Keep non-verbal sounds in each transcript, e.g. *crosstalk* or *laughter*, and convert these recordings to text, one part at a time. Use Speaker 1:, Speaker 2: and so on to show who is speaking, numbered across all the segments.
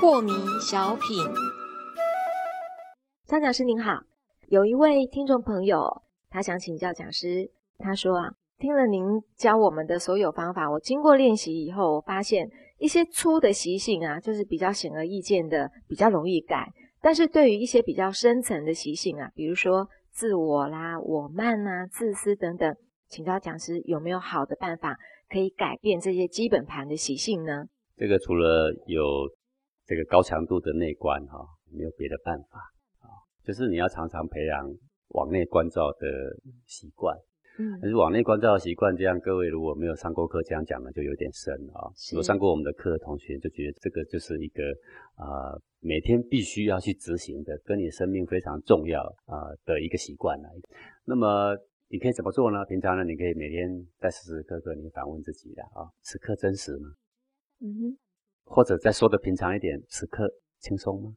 Speaker 1: 破迷小品。张讲师您好，有一位听众朋友，他想请教讲师，他说啊，听了您教我们的所有方法，我经过练习以后，我发现一些粗的习性啊，就是比较显而易见的，比较容易改；但是对于一些比较深层的习性啊，比如说自我啦、我慢啊、自私等等，请教讲师有没有好的办法可以改变这些基本盘的习性呢？
Speaker 2: 这个除了有这个高强度的内观哈、没有别的办法啊、就是你要常常培养往内关照的习惯。
Speaker 1: 嗯
Speaker 2: 但是往内关照的习惯，这样各位如果没有上过课，这样讲的就有点深啊、
Speaker 1: 是
Speaker 2: 如果上过我们的课的同学，就觉得这个就是一个呃每天必须要去执行的，跟你生命非常重要啊、呃的一个习惯了。那么你可以怎么做呢？平常呢，你可以每天在时时刻刻你反问自己的啊、此刻真实吗？
Speaker 1: 嗯哼。
Speaker 2: 或者再说的平常一点，此刻轻松吗？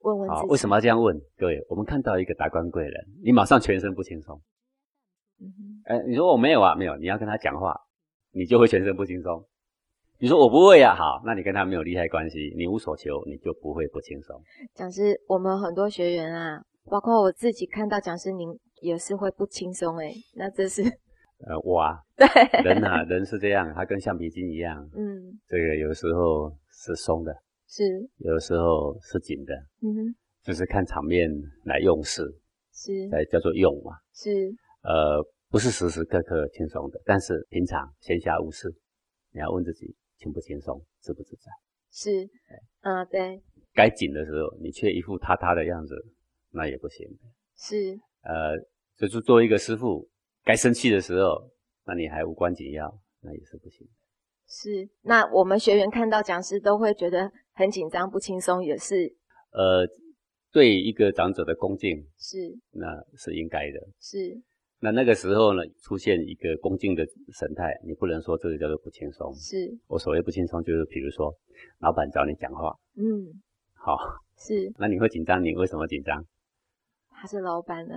Speaker 1: 问问
Speaker 2: 啊
Speaker 1: 自，己
Speaker 2: 为什么要这样问？各位，我们看到一个达官贵人，你马上全身不轻松。
Speaker 1: 嗯哼
Speaker 2: 哎，你说我没有啊，没有，你要跟他讲话，你就会全身不轻松。你说我不会啊，好，那你跟他没有利害关系，你无所求，你就不会不轻松。
Speaker 1: 讲师，我们很多学员啊，包括我自己看到讲师您也是会不轻松哎，那这是 *laughs*
Speaker 2: 呃，我啊，
Speaker 1: 对，
Speaker 2: 人啊，人是这样，他跟橡皮筋一样，
Speaker 1: 嗯，
Speaker 2: 这个有时候是松的，
Speaker 1: 是，
Speaker 2: 有时候是紧的，
Speaker 1: 嗯哼，
Speaker 2: 就是看场面来用事，
Speaker 1: 是
Speaker 2: 来叫做用嘛。
Speaker 1: 是，
Speaker 2: 呃，不是时时刻刻轻松的，但是平常闲暇无事，你要问自己轻不轻松，自不自在。
Speaker 1: 是，嗯、对，
Speaker 2: 该紧的时候，你却一副塌塌的样子，那也不行。
Speaker 1: 是
Speaker 2: 呃，就是作为一个师傅，该生气的时候，那你还无关紧要，那也是不行。
Speaker 1: 是。那我们学员看到讲师都会觉得很紧张、不轻松，也是
Speaker 2: 呃，对一个长者的恭敬，
Speaker 1: 是
Speaker 2: 那是应该的。
Speaker 1: 是
Speaker 2: 那那个时候呢，出现一个恭敬的神态，你不能说这个叫做不轻松。
Speaker 1: 是，
Speaker 2: 我所谓不轻松，就是比如说，老板找你讲话，
Speaker 1: 嗯，
Speaker 2: 好，
Speaker 1: 是，
Speaker 2: 那你会紧张，你为什么紧张？
Speaker 1: 他是老板呢，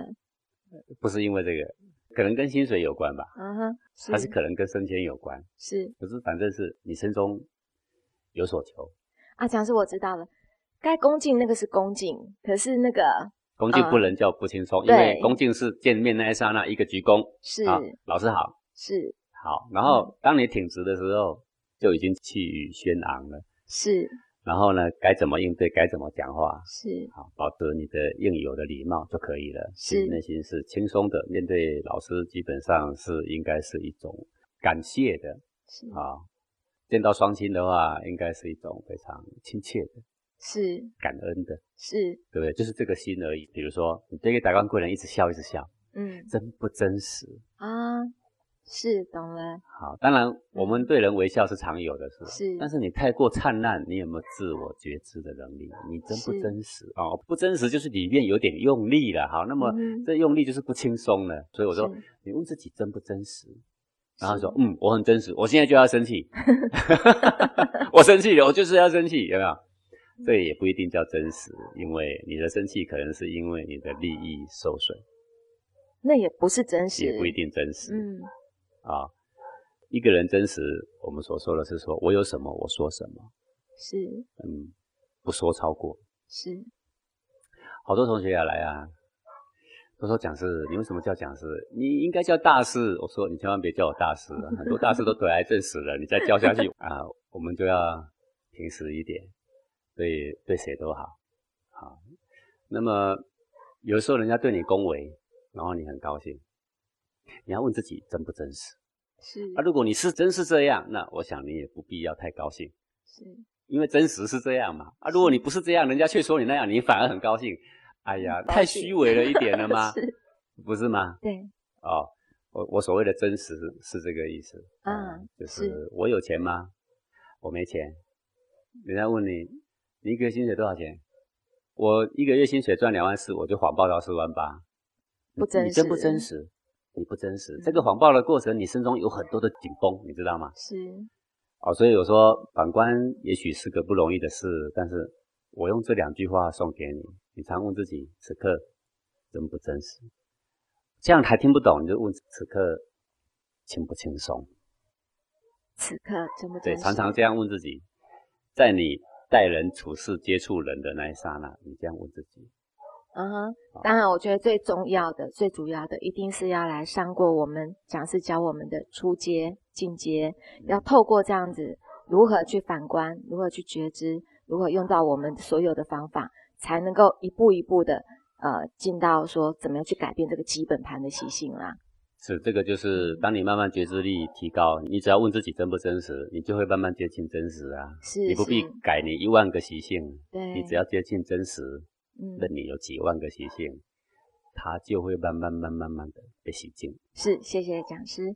Speaker 2: 不是因为这个，可能跟薪水有关吧，
Speaker 1: 嗯哼，是
Speaker 2: 还是可能跟升迁有关。
Speaker 1: 是
Speaker 2: 可是反正是你心中有所求，
Speaker 1: 啊，讲师我知道了，该恭敬那个是恭敬，可是那个
Speaker 2: 恭敬
Speaker 1: 啊
Speaker 2: 不能叫不轻松，因
Speaker 1: 对
Speaker 2: 为恭敬是见面那一刹那一个鞠躬，
Speaker 1: 是嗯
Speaker 2: 啊，老师好，
Speaker 1: 是
Speaker 2: 好。然后当你挺直的时候，就已经气宇轩昂了。
Speaker 1: 是
Speaker 2: 然后呢，该怎么应对，该怎么讲话，
Speaker 1: 是
Speaker 2: 好，保持你的应有的礼貌就可以了。
Speaker 1: 是
Speaker 2: 其实内心是轻松的，面对老师基本上是应该是一种感谢的，
Speaker 1: 是
Speaker 2: 啊，见到双亲的话，应该是一种非常亲切的、
Speaker 1: 是
Speaker 2: 感恩的，
Speaker 1: 是，
Speaker 2: 对不对？就是这个心而已。比如说，你对一个达官贵人一直笑，一直笑，
Speaker 1: 嗯
Speaker 2: 真不真实？
Speaker 1: 啊，是懂了，
Speaker 2: 好，当然我们对人微笑是常有的事，
Speaker 1: 是
Speaker 2: 但是你太过灿烂，你有没有自我觉知的能力？你真不
Speaker 1: 是
Speaker 2: 真实哦，不真实就是里面有点用力了。好，那么
Speaker 1: 嗯哼
Speaker 2: 这用力就是不轻松了。所以我说
Speaker 1: 是，
Speaker 2: 你问自己真不真实？然后
Speaker 1: 是
Speaker 2: 说，嗯，我很真实，我现在就要生气， *laughs* 我生气了，我就是要生气，有没有？这也不一定叫真实，因为你的生气可能是因为你的利益受损，
Speaker 1: 那也不是真实，
Speaker 2: 也不一，定真实。
Speaker 1: 嗯
Speaker 2: 啊，一个人真实，我们所说的是说我有什么我说什么，
Speaker 1: 是
Speaker 2: 嗯，不说超过。
Speaker 1: 是
Speaker 2: 好多同学也来啊，都说讲师，你为什么叫讲师？你应该叫大师。我说你千万别叫我大师啊，很多大师都得癌症死了，你再叫下去啊，我们就要平时一点，对对谁都好。好，那么有时候人家对你恭维，然后你很高兴，你要问自己真不真实。
Speaker 1: 是
Speaker 2: 啊，如果你是真是这样，那我想你也不必要太高兴，
Speaker 1: 是
Speaker 2: 因为真实是这样嘛。啊，如果你不是这样，人家却说你那样，你反而很高兴。哎呀，
Speaker 1: 高兴
Speaker 2: 太虚伪了一点了
Speaker 1: *laughs*
Speaker 2: 吗？
Speaker 1: 是，
Speaker 2: 不是吗？
Speaker 1: 对，
Speaker 2: 哦，我我所谓的真实是这个意思。
Speaker 1: 啊
Speaker 2: 嗯就是是我有钱吗？我没钱。人家问你，你一个月薪水多少钱？我一个月薪水赚两万四，我就谎报到四万八。
Speaker 1: 不真
Speaker 2: 你真不
Speaker 1: 实
Speaker 2: 真实？你不真实。这
Speaker 1: 嗯
Speaker 2: 个谎报的过程，你心中有很多的紧绷，你知道吗？
Speaker 1: 是
Speaker 2: 哦，所以我说，反观也许是个不容易的事，但是我用这两句话送给你，你常问自己，此刻真不真实？这样还听不懂，你就问此刻轻不轻松？
Speaker 1: 此刻真不
Speaker 2: 对，
Speaker 1: 真实，
Speaker 2: 常常这样问自己，在你待人处事、接触人的那一刹那，你这样问自己，
Speaker 1: 嗯哼，当然，我觉得最重要的、最主要的，一定是要来上过我们讲师教我们的初阶、进阶，
Speaker 2: 嗯
Speaker 1: 要透过这样子，如何去反观，如何去觉知，如何用到我们所有的方法，才能够一步一步的，呃，进到说怎么样去改变这个基本盘的习性啦。
Speaker 2: 是这个就是
Speaker 1: 嗯
Speaker 2: 当你慢慢觉知力提高，你只要问自己真不真实，你就会慢慢接近真实啊。
Speaker 1: 是，
Speaker 2: 你不必
Speaker 1: 是
Speaker 2: 改你一万个习性，
Speaker 1: 对，
Speaker 2: 你只要接近真实，
Speaker 1: 嗯
Speaker 2: 那，你有几万个习性，它就会慢慢慢慢慢的被洗净。
Speaker 1: 是，谢谢讲师。